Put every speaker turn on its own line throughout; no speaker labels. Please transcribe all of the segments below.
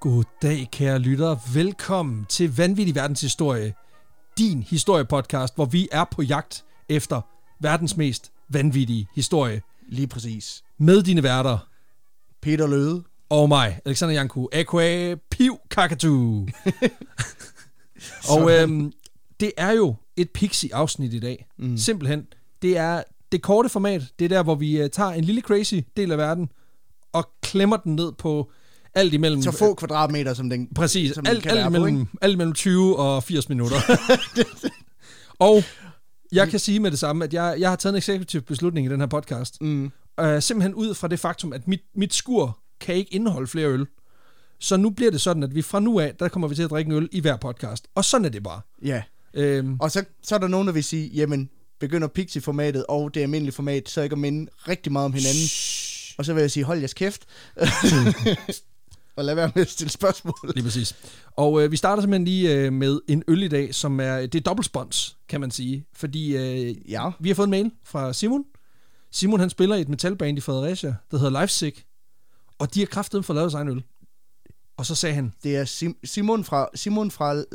Goddag, kære lyttere. Velkommen til Vanvittig Verdenshistorie, din historiepodcast, hvor vi er på jagt efter verdens mest vanvittige historie.
Lige præcis.
Med dine værter
Peter Løde.
og mig, Alexander Janku, a.k.a. Piv Kakadu. og øhm, det er jo et pixie-afsnit i dag. Mm. Simpelthen. Det er det korte format. Det er der, hvor vi øh, tager en lille crazy del af verden og klemmer den ned på alt imellem...
Så få kvadratmeter, som den
Præcis,
som den
alt,
kan
alt,
være på,
mellem, alt mellem 20 og 80 minutter. og jeg kan sige med det samme, at jeg, jeg har taget en eksekutiv beslutning i den her podcast. Mm. Øh, simpelthen ud fra det faktum, at mit, mit skur kan ikke indeholde flere øl. Så nu bliver det sådan, at vi fra nu af, der kommer vi til at drikke en øl i hver podcast. Og sådan er det bare.
ikke? Ja.
Øhm,
Og så, så er der nogen, der vil sige, jamen, begynder Pixie-formatet og det almindelige format, så ikke at minde rigtig meget om hinanden. Shh. Og så vil jeg sige, hold jeres kæft. og lad være med at stille spørgsmål.
Lige præcis. Og øh, vi starter simpelthen lige øh, med en øl i dag, som er, det er dobbeltspons, kan man sige. Fordi øh,
Ja.
vi har fået en mail fra Simon. Simon han spiller i et metalband i Fredericia, der hedder Lifesick. Og de har kraftet for lavet sig en øl. Og så sagde han,
Det er Sim- Simon fra, Simon fra Life,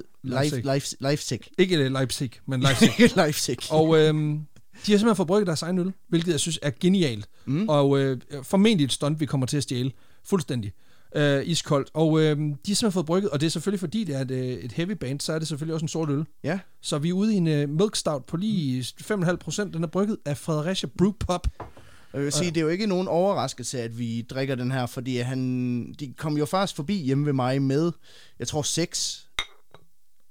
Lifesick.
life, Lifesick.
ikke øh, Leipzig, men Leipzig.
Lifesick.
og øh, de har simpelthen forbrugt deres egen øl, hvilket jeg synes er genialt. Mm. Og øh, formentlig et stunt, vi kommer til at stjæle. Fuldstændig. Øh, iskoldt. Og øh, de har simpelthen fået brygget, og det er selvfølgelig fordi, det er et, øh, et heavy band, så er det selvfølgelig også en sort øl.
Ja.
Så vi er ude i en uh, milk stout på lige 5,5 procent. Den er brygget af Fredericia Brew Pub.
Og jeg vil sige, det er jo ikke nogen overraskelse, at vi drikker den her, fordi han, de kom jo faktisk forbi hjemme ved mig med, jeg tror, seks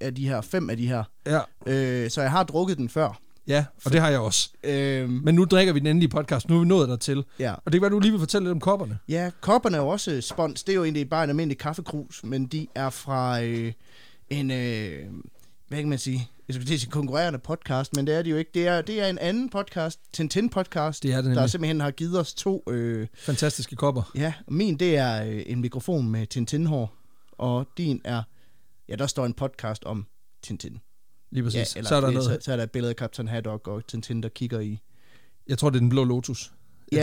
af de her, fem af de her.
Ja,
Øh, så jeg har drukket den før.
ja og det har jeg også.
Øh,
Men nu drikker vi den endelige podcast. Nu er vi nået dertil.
ja.
Og det kan være, du lige vil fortælle lidt om kopperne.
ja, kopperne er jo også spons. Det er jo egentlig bare en almindelig kaffekrus, men de er fra øh, en, øh, hvad kan man sige, jeg skulle til at sige konkurrerende podcast, men det er det jo ikke. Det er, det er en anden podcast, Tintin podcast,
Det er det
der
nemlig.
simpelthen har givet os to øh,
Fantastiske kopper.
Ja, og min det er øh, en mikrofon med Tintin-hår, og din er, ja, der står en podcast om Tintin.
Lige
Ja,
præcis. Ja, så er der
det-
noget.
Så, så er der et billede af Captain Haddock og Tintin, der kigger i.
Jeg tror, det er den blå lotus.
Ja,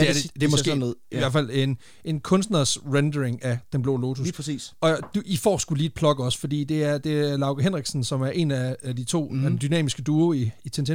det er,
det
det,
ser-
det er
det ser
måske
sådan ud,
ja. i
ja.
hvert fald en, en kunstners rendering af den blå lotus.
Lige præcis.
Og du, I får skulle lige et plug også, fordi det er, det er Lauke Henriksen, som er en af, af de
Mhm.
to mm. af den dynamiske duo i, i Tintin-podcast.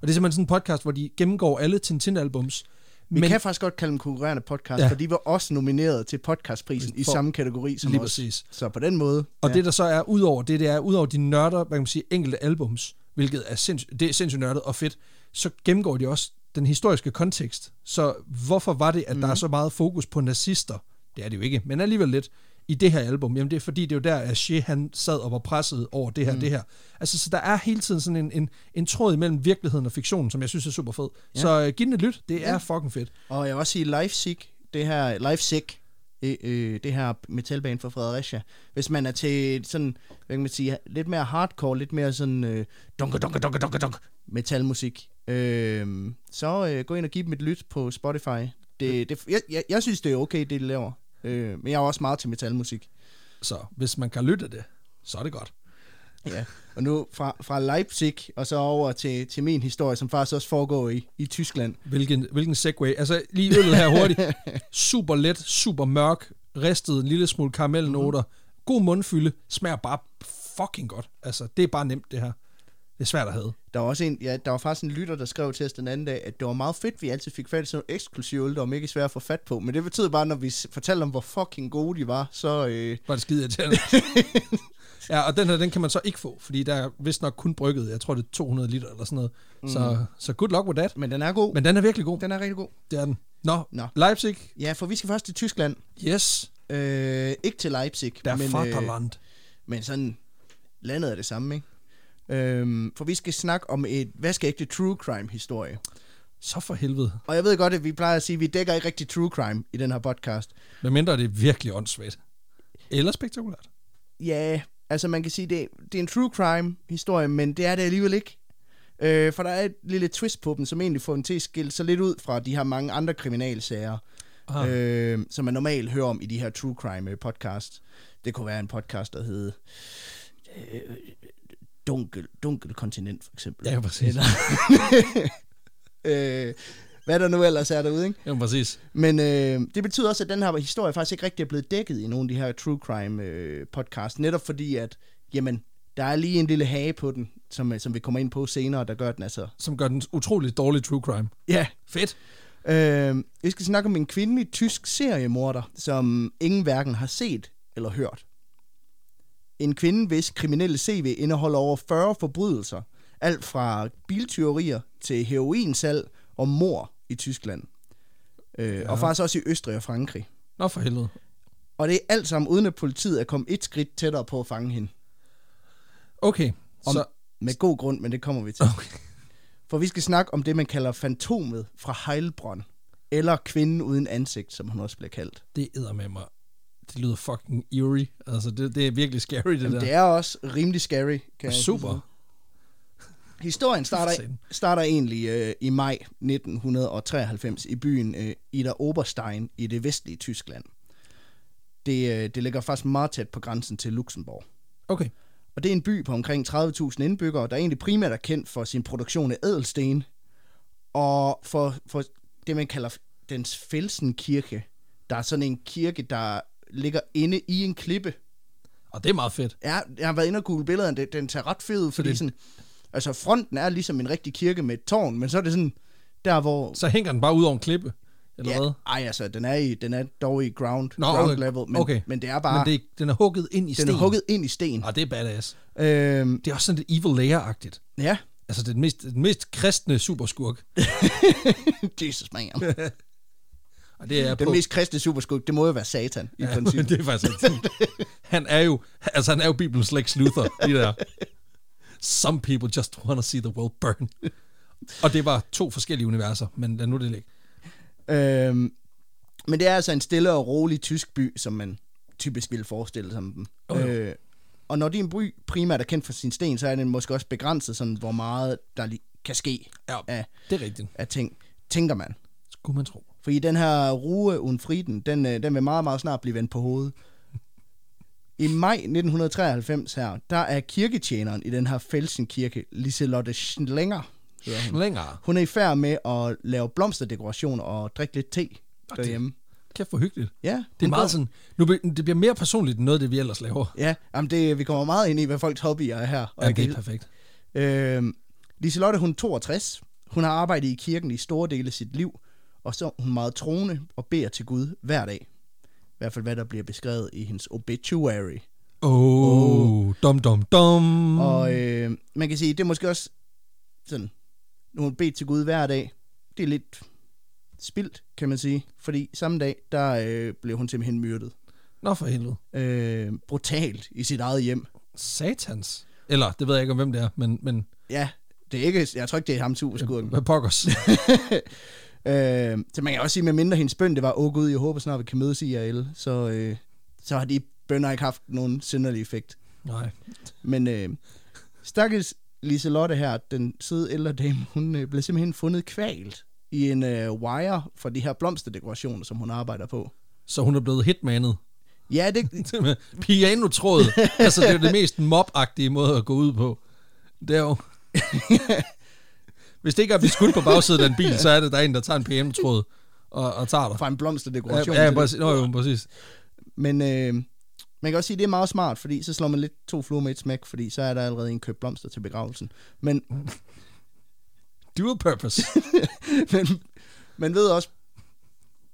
Og det er simpelthen sådan en podcast, hvor de gennemgår alle Tintin-albums.
Vi men, kan faktisk godt kalde dem konkurrerende podcast,
Ja.
ja. for de var også nomineret til podcastprisen i
For-
samme kategori som
Lige
os.
præcis.
Så på den måde,
Og ja. det, der så er udover det, det er, udover de nørder, hvad kan man sige, enkelte albums, hvilket er, sinds- det er sindssygt nørdet og fedt, så gennemgår de også den historiske kontekst. Så hvorfor var det, at mm. der er så meget fokus på nazister? Det er det jo ikke, men alligevel lidt i det her album. Jamen det er fordi, det er jo der, at Shea, han sad og var presset over det her, mm. det her. Altså, så der er hele tiden sådan en, en, en tråd imellem virkeligheden og fiktionen, som jeg synes er super fed. Ja. Så uh, giv den et lyt, det ja. er fucking fedt.
og jeg vil også sige Lifesick, det her, Lifesick, øh, øh, det her metalbane fra Fredericia. Hvis man er til sådan, hvad kan man sige, lidt mere hardcore, lidt mere sådan øh, dunker, dunker, dunker, dunker, dunker, metalmusik, øh, så øh, gå ind og giv dem et lyt på Spotify. Det, det, jeg, jeg, jeg synes, det er okay, det de laver. Øh, men jeg er også meget til metalmusik.
Så hvis man kan lytte af det, så er det godt.
Ja. Og nu fra, fra Leipzig og så over til, til min historie, som faktisk også foregår i, i Tyskland.
Hvilken, hvilken segway. Altså, lige øllet her hurtigt. Super let, super mørk, ristet en lille smule karamellnoter.
Mhm.
God mundfylde, smager bare fucking godt. Altså, det er bare nemt, det her. Det er svært at have.
Der var, også en, ja, der var faktisk en lytter, der skrev til os den anden dag, at det var meget fedt, vi altid fik fat i sådan nogle eksklusive øl, der var mega svært at få fat på. Men det betød bare, når vi s- fortalte om, hvor fucking gode de var, så... Øh,
Var det skide irriterende. ja, og den her, den kan man så ikke få, fordi der er vist nok kun brygget, jeg tror det er 200 liter eller sådan noget. Så, så good luck with that.
men den er god. Men,
Men den er virkelig god.
Mhm. den er rigtig god.
Det er den. Nå,
Nå.
Leipzig.
Ja, for vi skal først til Tyskland.
Yes.
Øh, ikke til Leipzig,
Der er
men, øh,
Vaterland.
men sådan landet er det samme, ikke? Øhm, for vi skal snakke om et vaskeægte true crime historie.
Så for helvede.
Og jeg ved godt, at vi plejer at sige, at vi dækker ikke rigtig true crime i den her podcast.
Hvad mindre det er virkelig åndssvagt. Eller spektakulært.
Ja, altså man kan sige, det, det er en true crime historie, men det er det alligevel ikke. Øh, for der er et lille twist på dem, som egentlig får den til at skille sig lidt ud fra de her mange andre kriminalsager,
Ah.
ah. øh, som man normalt hører om i de her true crime øh, podcast. Det kunne være en podcast, der hed øh, Dunkel, Dunkel Kontinent, for eksempel.
Ja, præcis.
Øh, hvad der nu ellers er derude, ikke?
Jo, præcis.
Men øh, det betyder også, at den her historie faktisk ikke rigtig er blevet dækket i nogle af de her true crime øh, podcasts, netop fordi, at jamen, der er lige en lille hage på den, som, øh, som vi kommer ind på senere, der gør den altså...
Som gør den utrolig dårlig true crime.
Ja,
Fedt.
øh, vi skal snakke om en kvindelig tysk seriemorder, som ingen hverken har set eller hørt. En kvinde, hvis kriminelle CV indeholder over 40 forbrydelser, alt fra biltyverier til heroinsalg og mor i Tyskland. Øh, ja. Og faktisk også i Østrig og Frankrig.
Nå for helvede.
Og det er alt sammen uden at politiet er kommet et skridt tættere på at fange hende.
Okay,
Om,
så...
Med god grund, men det kommer vi til.
Okay.
For vi skal snakke om det, man kalder fantomet fra Heilbronn. Eller kvinden uden ansigt, som hun også bliver kaldt.
Det æder med mig. Det lyder fucking eerie. Altså, det, det er virkelig scary, det
Jamen,
der.
det er også rimelig scary. Kan jeg sige.
Super.
Historien starter,
For satan.
starter egentlig øh, i maj 1993 i byen øh, Ida Oberstein i det vestlige Tyskland. Det, øh, det ligger faktisk meget tæt på grænsen til Luxembourg.
Okay.
Og det er en by på omkring 30.000 indbyggere, der egentlig primært er kendt for sin produktion af ædelsten, og for, for det, man kalder dens Felsenkirke. Der er sådan en kirke, der ligger inde i en klippe.
Og det er meget fedt.
Ja, jeg har været inde og google billederne, den, den ser ret fed ud, fordi
det-
sådan, altså fronten er ligesom en rigtig kirke med et tårn, men så er det sådan, der hvor...
Så hænger den bare ud over en klippe, eller hvad?
ej, altså, den er, i, den er dog i ground,
Nå,
ground
okay.
level, men,
Okay.
men det er bare...
Men det, er- den er hugget ind i
den
sten.
er hugget ind i sten.
Og det er badass.
Øhm,
Det er også sådan lidt evil layer-agtigt.
ja,
Altså, det er den mest, den mest kristne superskurk.
Jesus, man.
Og det er
Den
på...
mest kristne superskurk, det må jo være satan, i
Ja,
princippet.
det er faktisk rigtigt. Han er jo, altså han er jo Bibelens Lex Luthor, lige der. Some people just want to see the world burn. Og det var to forskellige universer, men lad nu det ligge.
Øhm, men det er altså en stille og rolig tysk by, som man typisk ville forestille sig dem.
Jo, jo.
Øh, og når din by primært er kendt for sin sten, så er den måske også begrænset, sådan, hvor meget der lige kan ske
Ja,
af,
det er rigtigt.
af ting, tænker man.
Skulle man tro.
Fordi den her Ruhe und Frieden, den, øh, den vil meget, meget snart blive vendt på hovedet. I maj 1993 her, der er kirketjeneren i den her Felsenkirke, Liselotte Schlinger, hedder hun.
Længere.
Hun er i færd med at lave blomsterdekorationer og drikke lidt te
det-
derhjemme.
Kæft for hyggeligt.
Ja,
Det er
hun
meget
går-
sådan, nu be, det bliver mere personligt end noget af det, vi ellers laver.
Ja, jamen det, vi kommer meget ind i, hvad folks hobbyer er her.
Ja, det er perfekt.
øh, Liselotte, hun er 62. Hun har arbejdet i kirken i store dele af sit liv, og så er hun meget troende og beder til Gud hver dag. I hvert fald, hvad der bliver beskrevet i hendes obituary.
Åh, oh, dum, dum, dum.
Mm. Og øh, man kan sige, det er måske også sådan, nu hun bedt til Gud hver dag, det er lidt spildt, kan man sige. Fordi samme dag, der øh, blev hun simpelthen myrdet.
Nå for helvede.
Øh, brutalt i sit eget hjem.
Satans. Eller, det ved jeg ikke, om hvem det er, men, men
Ja, det er ikke, jeg tror ikke, det er ham superskurken.
hvad pokkers.
Øh, så man kan også sige, med mindre hendes bøn, det var, åh gud, jeg håber snart, vi kan mødes i IRL, så, øh, så har de bønder ikke haft nogen synderlig effekt.
Nej.
Men øh, stakkels Liselotte her, den søde ældre dame, hun øh, blev simpelthen fundet kvalt i en øh, wire for de her blomsterdekorationer, som hun arbejder på.
Så hun er blevet hitmanet.
Ja, det,
Det med Pianotråd. altså, det er jo det mest mobagtige måde at gå ud på. Det er jo... Hvis det ikke er at blive skudt på bagsiden af en bil, så er det, der er en, der tager en PM-tråd og, og tager dig.
fra en blomsterdekoration.
Ja, ja
til det.
præcis. Nå, jo, præcis.
Men øh, man kan også sige, at det er meget smart, fordi så slår man lidt to fluer med et smæk, fordi så er der allerede en købt blomster til begravelsen. Men
Dual purpose.
men man ved også,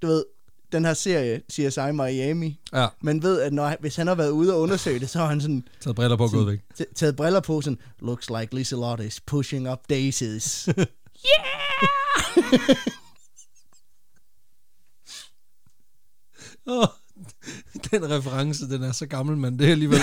du ved, den her serie, CSI Miami,
Ja,
man ved, at når, han- hvis han har været ude og undersøge det, så har han sådan
taget briller på og gået væk.
t- taget briller på, sådan, looks like Liselotte is pushing up daisies.
Åh, den reference, den er så gammel, men det er alligevel...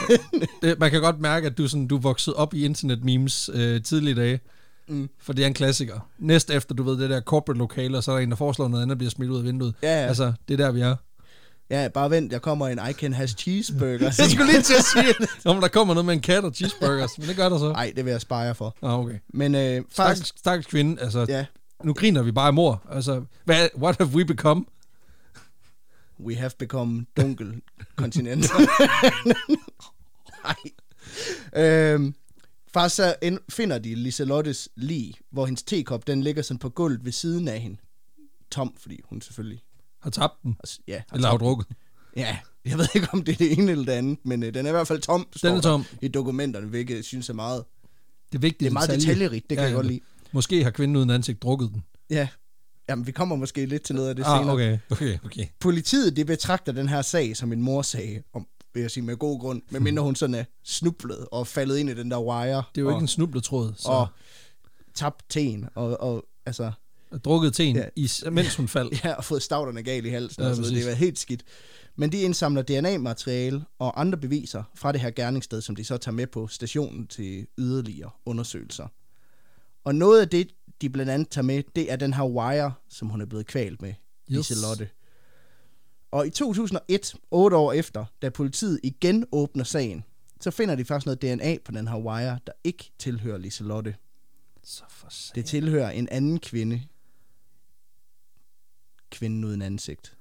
det, man kan godt mærke, at du, sådan, du voksede op i internet-memes øh, tidlige dage. Mm. For det er en klassiker. Næst efter, du ved, det der corporate lokale, og så er der en, der foreslår noget andet, og bliver smidt ud af vinduet.
Ja, ja.
Altså, det er der, vi er.
ja, bare vent, jeg kommer en I can has cheeseburger.
Jeg skulle lige til at sige, om der kommer noget med en kat og cheeseburgers, men det gør der så.
Nej, det vil jeg spare jer for.
Ah, okay.
Men øh, faktisk,
Stakkels, stakkels kvinde, altså,
ja,
nu griner vi bare af mor. Altså, hvad, what have we become?
we have become dunkel kontinent. Nej. Øhm, Faktisk så end- finder de Liselottes lig, hvor hendes tekop, den ligger sådan på gulvet ved siden af hende. Tom, fordi hun selvfølgelig...
Har tabt den.
Altså, ja, har
Eller har drukket.
Ja, jeg ved ikke, om det er det ene eller det andet, men øh, den er i hvert fald tom, står
Den er tom.
Der, i dokumenterne, hvilket jeg synes er meget,
Det er vigtigt.
det er meget detaljerigt, det kan ja, jeg godt lide.
Måske har kvinden uden ansigt drukket den.
Ja, jamen vi kommer måske lidt til noget af det
ah,
senere.
okay, okay, okay.
Politiet, det betragter den her sag som en morsag, om, vil jeg sige med god grund,
Hmm.
medmindre hun sådan er snublet og faldet ind i den der wire.
Det er jo
og,
ikke en snubletråd, så
Og tabt teen, og, og altså,
og drukket teen,
Ja.
i, mens hun faldt.
ja, og fået stavterne galt i halsen,
Ja,
ja, og sådan noget.
præcis.
det var helt skidt. Men de indsamler DNA-materiale og andre beviser fra det her gerningssted, som de så tager med på stationen til yderligere undersøgelser. Og noget af det, de blandt andet tager med, det er den her wire, som hun er blevet kvalt med, yes. Liselotte. Og i 2001, otte år efter, da politiet igen åbner sagen, så finder de faktisk noget DNA på den her wire, der ikke tilhører Liselotte.
Så for
Det
satan.
tilhører en anden kvinde. Kvinden uden ansigt.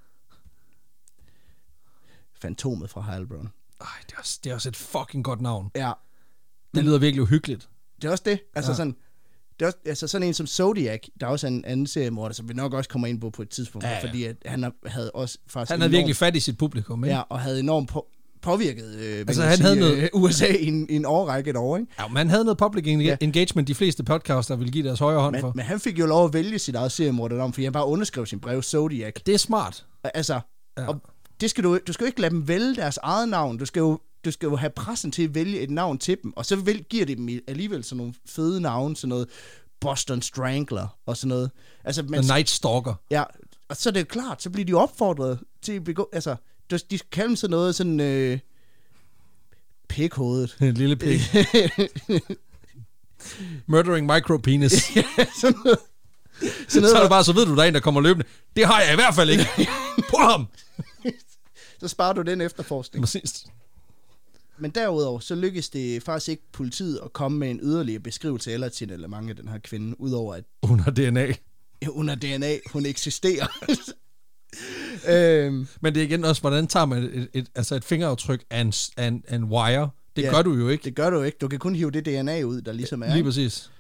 Fantomet fra Heilbronn.
Ej, det er, også, det er også et fucking godt navn.
Ja,
Det lyder virkelig uhyggeligt.
det er også det.
Ja.
Altså, ja. sådan, det er også, altså sådan en som Zodiac, der er også en anden seriemorder, som vi nok også kommer ind på på et tidspunkt,
Ja,
ja,
ja.
ja. fordi at han har- havde også faktisk...
Han havde
enormt-
virkelig fat i sit publikum, ikke?
Ja, og havde enormt på, påvirket øh, hvad
Altså,
kan man
han
sige,
havde
øh, USA i en, i en årrække et år, ikke?
Ja, man havde noget public en-
Ja.
engagement, de fleste podcaster ville give deres højre hånd for.
Men, men han fik jo lov at vælge sit eget seriemordernavn, fordi han bare underskrev sin brev Zodiac.
Det er smart.
Altså,
Ja.
ja. og det skal du, du skal jo ikke lade dem vælge deres eget navn. Du skal jo, du skal jo have pressen til at vælge et navn til dem, og så vælg, giver de dem i- alligevel sådan nogle fede navne, sådan noget Boston Strangler og sådan noget. Altså,
The
men,
Night Stalker.
ja, og så er det jo klart, så bliver de opfordret til at begå, altså, du- de skal kalde dem sådan noget sådan, øh, pikhovedet.
En lille pik. Murdering micropenis.
sådan noget. Sådan
så er
noget,
det bare, så ved du, der er en, der kommer løbende. Det har jeg i hvert fald ikke. På ham!
så sparer du den efterforskning.
Præcis.
Men derudover, så lykkedes det faktisk ikke politiet at komme med en yderligere beskrivelse eller et signalement af den her kvinde, udover at
Hun har DNA.
under DNA, hun eksisterer. øhm,
Men det er igen også, hvordan tager man et, et, altså et fingeraftryk af en, s- af en, af en wire? Det
Ja.
gør du jo ikke.
det gør du ikke. Du kan kun hive det DNA ud, der ligesom er.
Lige
Ikke?
præcis.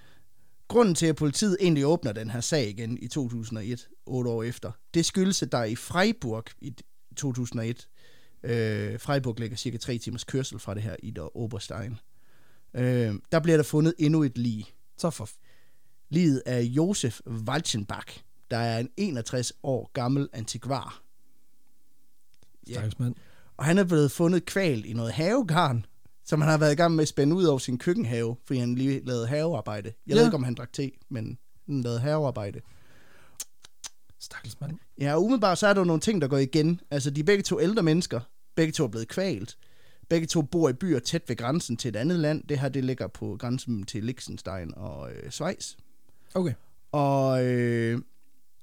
Grunden til, at politiet egentlig åbner den her sag igen i 2001, otte år efter, det skyldes, at der i Freiburg i 2001, øh, Freiburg ligger cirka tre timers kørsel fra det her i der Oberstein, øh, der bliver der fundet endnu et lig.
Så for...
livet af Josef Walchenbach, der er en 61 år gammel antikvar. Ja.
Ja. mand.
Og han er blevet fundet kvalt i noget havegarn, som han har været i gang med at spænde ud over sin køkkenhave, fordi han lige lavede havearbejde. Jeg ja.
Ja.
ved ikke, om han drak te, men han lavede havearbejde.
Stakkels mand.
Ja, og umiddelbart så er der jo nogle ting, der går igen. Altså, de er begge to ældre mennesker. Begge to er blevet kvalt. Begge to bor i byer tæt ved grænsen til et andet land. Det her, det ligger på grænsen til Liechtenstein og øh, Schweiz.
Okay.
Og øh,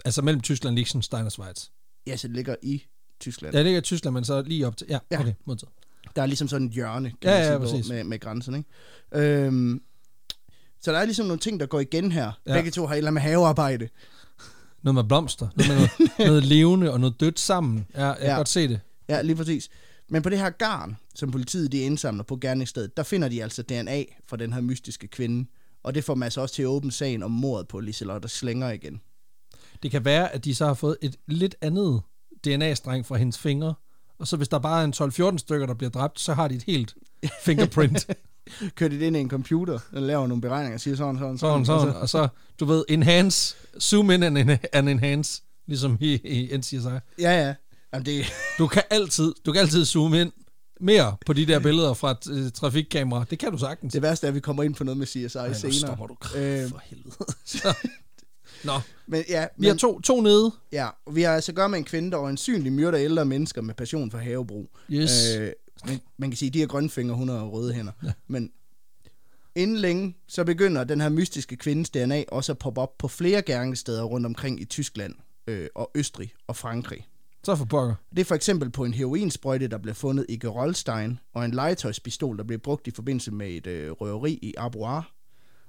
Altså mellem Tyskland, Liechtenstein og Schweiz.
ja, så det ligger i Tyskland.
Ja, det ligger i Tyskland, men så lige op til... Ja,
Ja.
okay, modtaget.
der er ligesom sådan en hjørne, kan
Ja,
man
ja,
sige,
præcis.
hvor, med, med grænsen, ikke? Øhm, så der er ligesom nogle ting, der går igen her.
Ja.
Ja. Begge to har et eller andet med havearbejde.
Noget med blomster, noget med noget, noget levende og noget dødt sammen. Ja, jeg ja. kan
Ja.
godt se det.
Ja, lige præcis. Men på det her garn, som politiet de indsamler på gerningsstedet, der finder de altså DNA fra den her mystiske kvinde. Og det får man altså også til at åbne sagen om mordet på Liselotte Slænger igen.
Det kan være, at de så har fået et lidt andet DNA-streng fra hendes fingre, og så hvis der bare er en 12-14 stykker, der bliver dræbt, så har de et helt fingerprint.
Kører det ind i en computer, og laver nogle beregninger og siger sådan, sådan,
Sådan,
sådan. altså.
sådan,
Og
og så, du ved, enhance, zoom in and, en- and enhance, ligesom i, i NCSI.
så- ja, ja. Jamen, det,
Du kan altid, du kan altid zoome ind mere på de der billeder fra uh, trafikkamera. Det kan du sagtens.
det værste er, at vi kommer ind på noget med CSI
Ej, nu
senere.
stopper du øh,
Øh,
for helvede. Så. Nå,
men, ja,
vi har
men,
to, to nede.
Ja, og vi har altså at gøre med en kvinde, der øjensynligt myrder ældre mennesker med passion for havebrug.
Yes.
Øh, men man kan sige, at de har grønne fingre, hun har røde hænder. Ja. Men inden længe, så begynder den her mystiske kvindes DNA også at poppe op på flere gerningssteder rundt omkring i Tyskland, øh, og Østrig og Frankrig.
Så for pokker.
Det er for eksempel på en heroinsprøjte, der blev fundet i Gerolstein, og en legetøjspistol, der blev brugt i forbindelse med et øh, røveri i Arbois.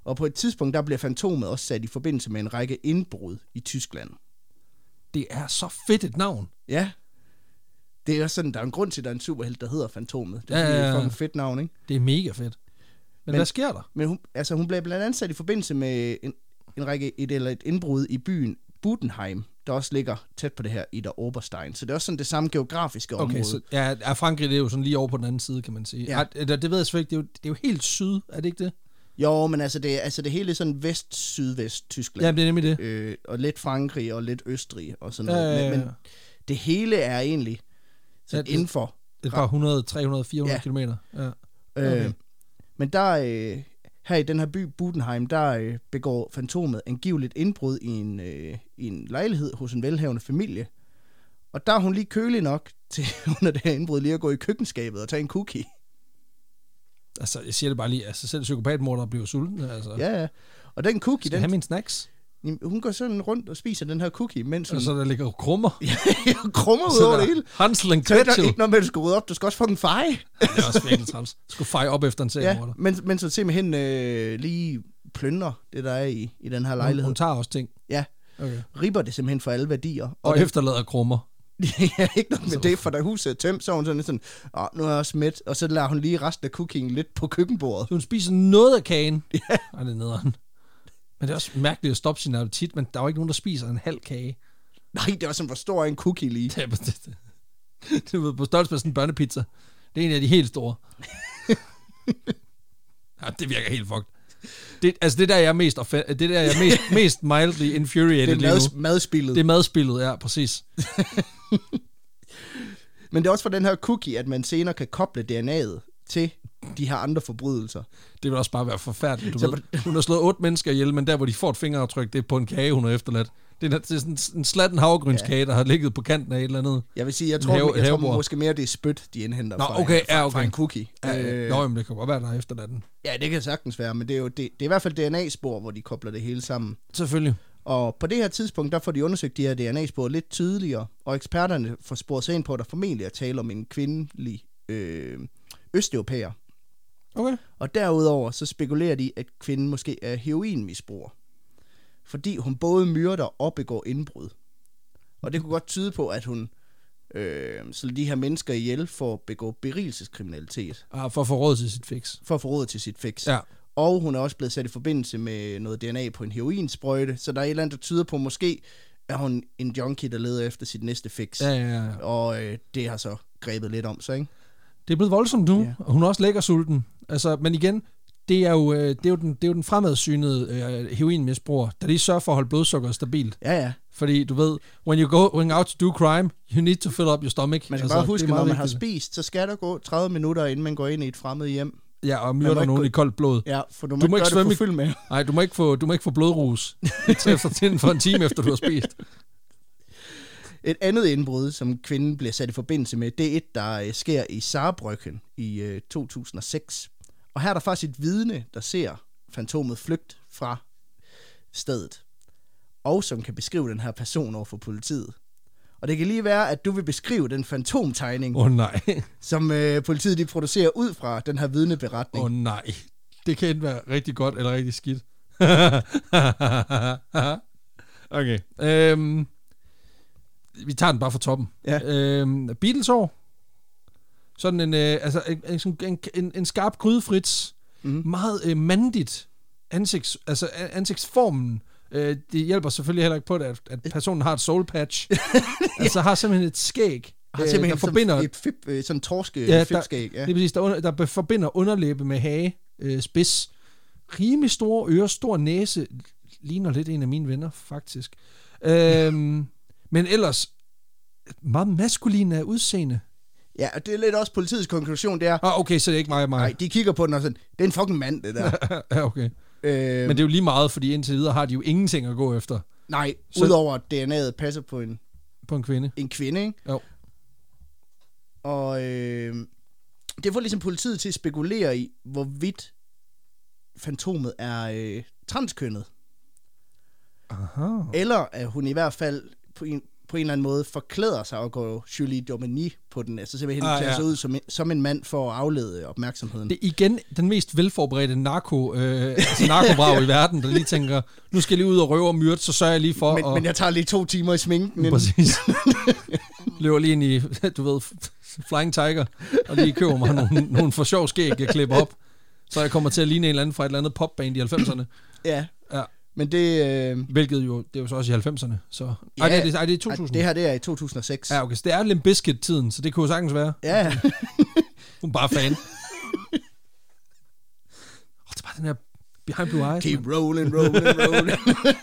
Og på et tidspunkt, der blev fantomet også sat i forbindelse med en række indbrud i Tyskland.
Det er så fedt et navn.
Ja. Det er også sådan, der er en grund til, at der er en superhelt, der hedder Fantomet. Det
Ja,
er ja,
ja,
ja,
ja.
ja. et fucking fedt navn, ikke?
Det er mega fedt. Men,
Men-
hvad sker der?
Men hun, altså, hun blev blandt andet sat i forbindelse med en, en række, et, eller et indbrud i byen Budenheim, der også ligger tæt på det her i der Oberstein. Så det er også sådan det samme geografiske område.
Okay, så ja, er Frankrig det er jo sådan lige over på den anden side, kan man sige. Ja.
Ja.
Ej, det, det ved jeg selvfølgelig ikke, det er, jo, det er jo helt syd, er det ikke det?
Jo, men altså det, altså det hele er sådan vest-sydvest-Tyskland.
Ja, det er nemlig det.
øh, og lidt Frankrig og lidt Østrig og sådan
Ja,
noget.
ja, ja.
Men, men det hele er egentlig sådan
Ja, det-
inden for.
Et par 100, 300, 400 ja.
Ja.
kilometer. Ja.
Øh,
Okay.
Men der øh, her i den her by Budenheim, der øh, begår fantomet angiveligt indbrud i en, øh, i en lejlighed hos en velhavende familie. Og der er hun lige kølig nok til under det her indbrud lige at gå i køkkenskabet og tage en cookie.
Altså, jeg siger det bare lige, altså selv psykopatmorder bliver sulten, altså.
Ja, ja. Og den cookie,
Skal jeg have
den,
mine snacks?
hun går sådan rundt og spiser den her cookie, mens hun
Og så der ligger krummer.
krummer ud
Så
over
der
det hele.
Hansel and
Så er der
Gretel.
ikke noget med, at du skal rydde op, du skal også fucking feje.
Det er også virkelig træls. Skulle feje op efter en
Ja,
seriemorder.
men, men så simpelthen øh, lige plønder det, der er i, i den her
Ja, hun,
lejlighed.
hun, tager også ting.
Ja,
Okay.
ribber det simpelthen for alle værdier.
Og
den-
efterlader krummer.
ja, ikke nok med det, for da huset er tømt, så er hun sådan lidt sådan, Åh, nu er jeg også mæt, og så lader hun lige resten af cookingen lidt på køkkenbordet.
Så hun spiser noget af kagen. Ja. Ej, det er nederen. Men det er også mærkeligt at stoppe sin appetit, men der er jo ikke nogen, der spiser en halv kage.
Nej, det var sådan, hvor stor er en cookie lige?
Det er på, det, det, det er på størrelse med sådan en børnepizza. Det er en af de helt store. ja, det virker helt fucked. Det, altså det der, jeg er mest, offe- det der, jeg er mest, mest mildly infuriated
Det er
lige nu.
mads- madspillet.
Det er madspillet, ja, præcis.
Men det er også for den her cookie, at man senere kan koble DNA'et til de her andre forbrydelser.
Det vil også bare være forfærdeligt, du
Så
ved. Hun har slået otte mennesker ihjel, men der, hvor de får et fingeraftryk, det er på en kage, hun har efterladt. Det er, det er sådan en slatten havregrynskage, der har ligget på kanten af et eller andet.
Jeg vil sige, jeg
En
tror,
have-
jeg tror
havebord.
måske mere, det er spyt, de indhenter
Nå,
fra,
okay,
en, fra,
ja, okay.
fra en cookie.
Øh. Nå, jamen, det kan godt være, der er efterladt den.
Ja, det kan sagtens være, men det er jo det, det er i hvert fald DNA-spor, hvor de kobler det hele sammen.
Selvfølgelig.
Og på det her tidspunkt, der får de undersøgt de her DNA-spor lidt tydeligere, og eksperterne får sporet sig ind på, at der formentlig er tale om en kvindelig øh, østeuropæer.
Okay.
Og derudover så spekulerer de, at kvinden måske er heroinmisbruger, fordi hun både myrder og begår indbrud. Og det kunne godt tyde på, at hun øh, slår de her mennesker ihjel for at begå berigelseskriminalitet,
Ah, for at få råd til sit fix.
for at få råd til sit fix.
Ja.
Og hun er også blevet sat i forbindelse med noget DNA på en heroinsprøjte, så der er et eller andet, der tyder på, måske er hun en junkie, der leder efter sit næste fix.
Ja, ja, ja.
Og øh, det har så grebet lidt om sig, ikke?
Det er blevet voldsomt nu, ja.
Ja.
og hun er også lækker sulten. Altså, men igen, det er jo, øh, det er jo, den, det er jo den fremadsynede øh, heroinmisbruger, der lige sørger for at holde blodsukkeret stabilt.
Ja, ja.
Fordi du ved, when you go going out to do crime, you need to fill up your stomach.
Man skal
Altså,
altså, bare
det er
huske,
meget
når man har
vigtigt.
spist, så skal der gå 30 minutter, inden man går ind i et fremmed hjem.
Ja, og
Man må
myrder
ikke
nogen i
gå-
koldt blod.
Ja, for du må,
Du må
ikke
ikke
gøre
svømme i-
det for fuld med.
Nej, du må ikke få, du må ikke få blodrus efter til for en time efter du har spist.
Et andet indbrud, som kvinden bliver sat i forbindelse med, det er et, der øh, sker i Saarbrücken i øh, 2006. Og her er der faktisk et vidne, der ser fantomet flygt fra stedet, og som kan beskrive den her person over for politiet. Og det kan lige være, at du vil beskrive den fantomtegning,
Åh
oh.
oh, nej.
som øh, politiet de producerer ud fra den her vidneberetning.
Åh oh, nej. Det kan enten være rigtig godt eller rigtig skidt. okay. Øhm, vi tager den bare fra toppen.
Ja.
Øhm, Beatlesår. Sådan en, øh, altså en, en, sådan en, en, en skarp grydefrits. Mm.
Mhm.
Meget øh, mandigt ansigts, altså, a- ansigtsformen. Øh, det hjælper selvfølgelig heller ikke på det, at, at personen har et soul patch. altså har simpelthen et skæg,
Har
øh,
simpelthen
der forbinder
Sådan, et fib, øh, sådan torske
Ja,
ja,
der-
fibskæg. Ja.
Ja. Det er præcis, der, under, der be- forbinder underlæbe med hage, øh, spids. Rimelig store ører, stor næse. Ligner lidt en af mine venner, faktisk. Øhm, men ellers, meget maskulin af udseende.
ja, og det er lidt også politiets konklusion, det er,
Ah, okay, så det er ikke mig og mig.
nej, de kigger på den og sådan, det er en fucking mand, det der.
ja, okay.
øh,
Men det er jo lige meget, fordi indtil videre har de jo ingenting at gå efter
Nej,
Så-
så... udover at DNA'et passer på en,
på en kvinde.
en kvinde, ikke?
Jo.
Og øh, det får ligesom politiet til at spekulere i, hvorvidt fantomet er øh, transkønnet.
Aha.
Eller at hun i hvert fald på en, på en eller anden måde forklæder sig og går Julie Domini på den. Altså simpelthen
Ah,
ah, tager
ja.
sig ud som, en- som en mand for at aflede opmærksomheden.
Det
Det...
er igen den mest velforberedte narko, øh, altså narkobrag i verden, der lige tænker, nu skal jeg lige ud og røve og myrde, så sørger jeg lige for
Men,
at...
men jeg tager lige to timer i sminken. Inden.
Præcis. Løber lige ind i, du ved, Flying Tiger, og lige køber mig nogle, nogle for sjov skæg, jeg klipper op. så jeg kommer til at ligne en eller anden fra et eller andet popband i 90'erne.
Ja.
Ja.
Men det... Øh,
Hvilket jo, det er jo så også i 90'erne. Så. Ej, det, er, ej, det er 2000.
Ej, det her, det er i 2006.
Ja, okay, så det er Limp Bizkit-tiden, så det kunne jo sagtens være.
ja.
Hun er bare fan. Og det er bare den her Behind Blue Eyes.
Keep rolling, rolling, rolling.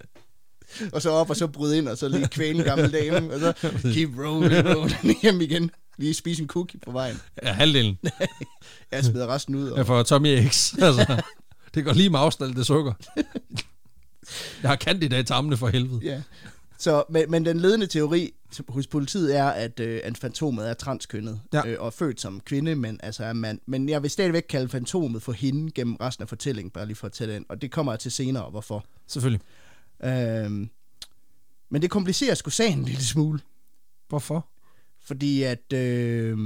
og så op, og så bryde ind, og så lige kvæle en gammel dame, og så keep rolling, rolling hjem igen. Lige spise en cookie på vejen.
mand. Ja, halvdelen.
Jeg smider resten ud.
Ja,
Og...
for Tommy X. Altså, det går lige med afstand, det sukker. Jeg har kandidat til armene for helvede.
Ja. Så, men, men den ledende teori hos politiet er, at, øh, at fantomet er transkønnet
Ja.
øh, og er født som kvinde, men altså er mand. Men jeg vil stadigvæk kalde fantomet for hende gennem resten af fortællingen, bare lige for at tage den. Og det kommer jeg til senere, hvorfor.
Selvfølgelig.
Øhm, men det komplicerer sgu sagen en lille smule,
Hvorfor?
fordi at... Øh,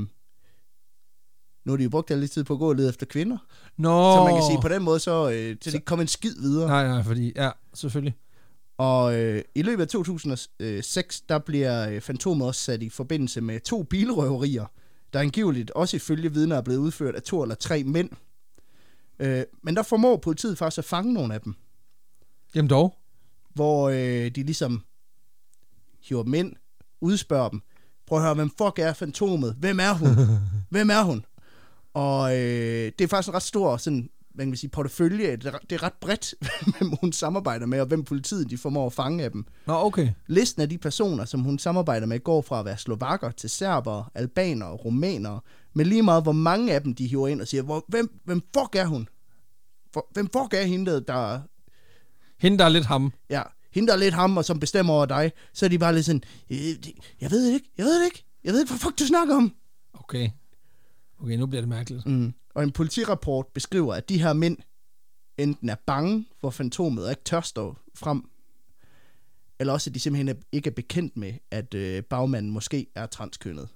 nu har de jo brugt al lidt tid på at gå og lede efter kvinder.
Nå.
Oh. Så man kan sige, på den måde, så, øh, så de ikke kommer en skid videre.
Nej, nej, fordi... Ja, selvfølgelig.
Og øh, i løbet af 2006, der bliver øh, Fantomet også sat i forbindelse med to bilrøverier, der angiveligt også ifølge vidner er blevet udført af to eller tre mænd. Øh, men der formår politiet faktisk at fange nogle af dem,
Jamen dog.
hvor øh, de ligesom hiver dem ind, udspørger dem. Prøv at høre, hvem fuck er Fantomet? Hvem er hun? Hvem er hun? Og øh, det er faktisk en ret stor sådan, hvad kan man sige, portefølje. Det er ret- det er ret bredt, hvem hun samarbejder med, og hvem politiet de formår at fange af dem.
Nå, okay.
Listen af de personer, som hun samarbejder med, går fra at være slovakker til serbere, albanere, rumænere, men lige meget hvor mange af dem, de hiver ind og siger, hvor, hvem, hvem fuck er hun? For, hvem fuck er hende, der- der,
Hende, der er lidt ham.
ja, hende, der er lidt ham, og som bestemmer over dig? Så er de bare lidt sådan, "Øh, det- jeg ved det ikke, jeg ved det ikke, jeg ved ikke, hvad fuck du snakker om.
Okay. Okay, nu bliver det mærkeligt.
Mm. Og en politirapport beskriver, at de her mænd enten er bange, hvor fantomet og ikke tør stå frem, eller også at de simpelthen er- ikke er bekendt med, at øh, bagmanden måske er transkønnet.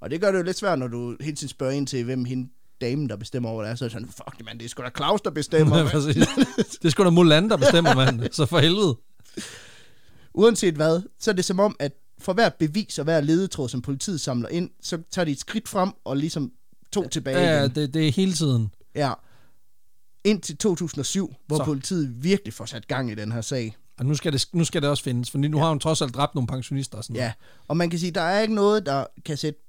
Og det gør det jo lidt svært, når du hele tiden spørger ind til, hvem hende damen, der bestemmer over det er, så er det sådan, fuck mand, det er sgu da Claus, der bestemmer.
Ja,
mand."
præcis. det er sgu da Mulan, der bestemmer, mand. Så for helvede.
Uanset hvad, så er det som om, at for hvert bevis og hver ledetråd, som politiet samler ind, så tager de et skridt frem og ligesom to tilbage
Ja,
igen.
ja, det, det er hele tiden.
Ja. Indtil 2007, hvor
Så. Mm.
så. politiet virkelig får sat gang i den her sag.
Og nu skal det, nu skal det også findes, for nu har hun trods alt dræbt nogle pensionister. Og sådan noget.
Ja. Og man kan sige, der er ikke noget, der kan sætte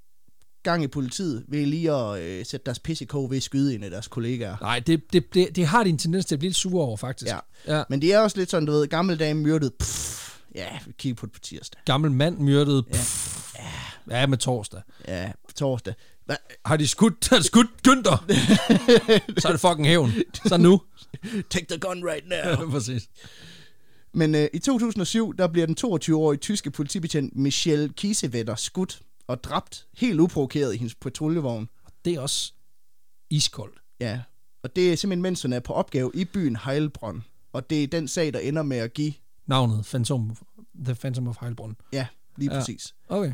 gang i politiet ved lige at øh, sætte deres pis i kog ved at skyde en af deres kollegaer.
Nej, det, det, det, det har de en tendens til at blive lidt sure over, faktisk.
Ja.
ja.
Men det er også lidt sådan, du ved, gammel dame myrdet. Pff, ja, vi kigger på det på tirsdag.
Gammel mand myrdet. Pff. Ja. med torsdag.
Ja, på torsdag. Hva?
Har de skudt, har de skudt Günther? så er det fucking hævn. Så nu.
Take the gun right now.
Ja, præcis.
Men øh, i 2007, der bliver den 22-årige tyske politibetjent Michelle Kiesewetter skudt og dræbt helt uprovokeret i hendes patruljevogn.
Det er også iskoldt.
Ja, og det er simpelthen, mens hun er på opgave i byen Heilbronn. Og det er den sag, der ender med at give...
Navnet Phantom, The Phantom of Heilbronn.
Ja, lige
Ja.
ja. præcis.
Okay.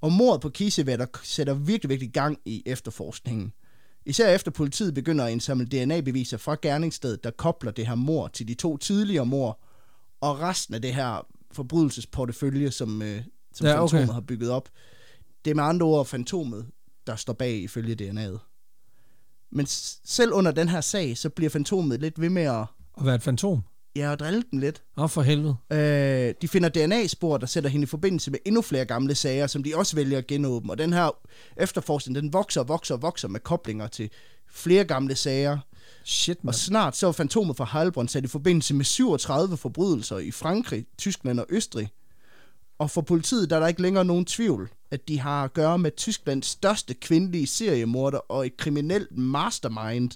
Og mordet på Kisevætter sætter virkelig, virkelig gang i efterforskningen. Især efter politiet begynder at indsamle DNA-beviser fra gerningsstedet, der kobler det her mor til de to tidligere mor, og resten af det her forbrydelsesportefølje, som, øh, som
Ja,
ja,
okay.
fantomet har bygget op. Det er med andre ord fantomet, der står bag ifølge DNA'et. Men s- selv under den her sag, så bliver fantomet lidt ved med at,
At være et fantom.
ja, at drille den lidt.
Åh, for helvede.
Øh, de finder DNA-spor, der sætter hende i forbindelse med endnu flere gamle sager, som de også vælger at genåbne. Og den her efterforskning, den vokser og vokser og vokser med koblinger til flere gamle sager.
Shit,
Og
man.
snart så er fantomet fra Heilbronn sat i forbindelse med 37 forbrydelser i Frankrig, Tyskland og Østrig. Og for politiet der er der ikke længere nogen tvivl, at de har at gøre med Tysklands største kvindelige seriemorder og et kriminelt mastermind,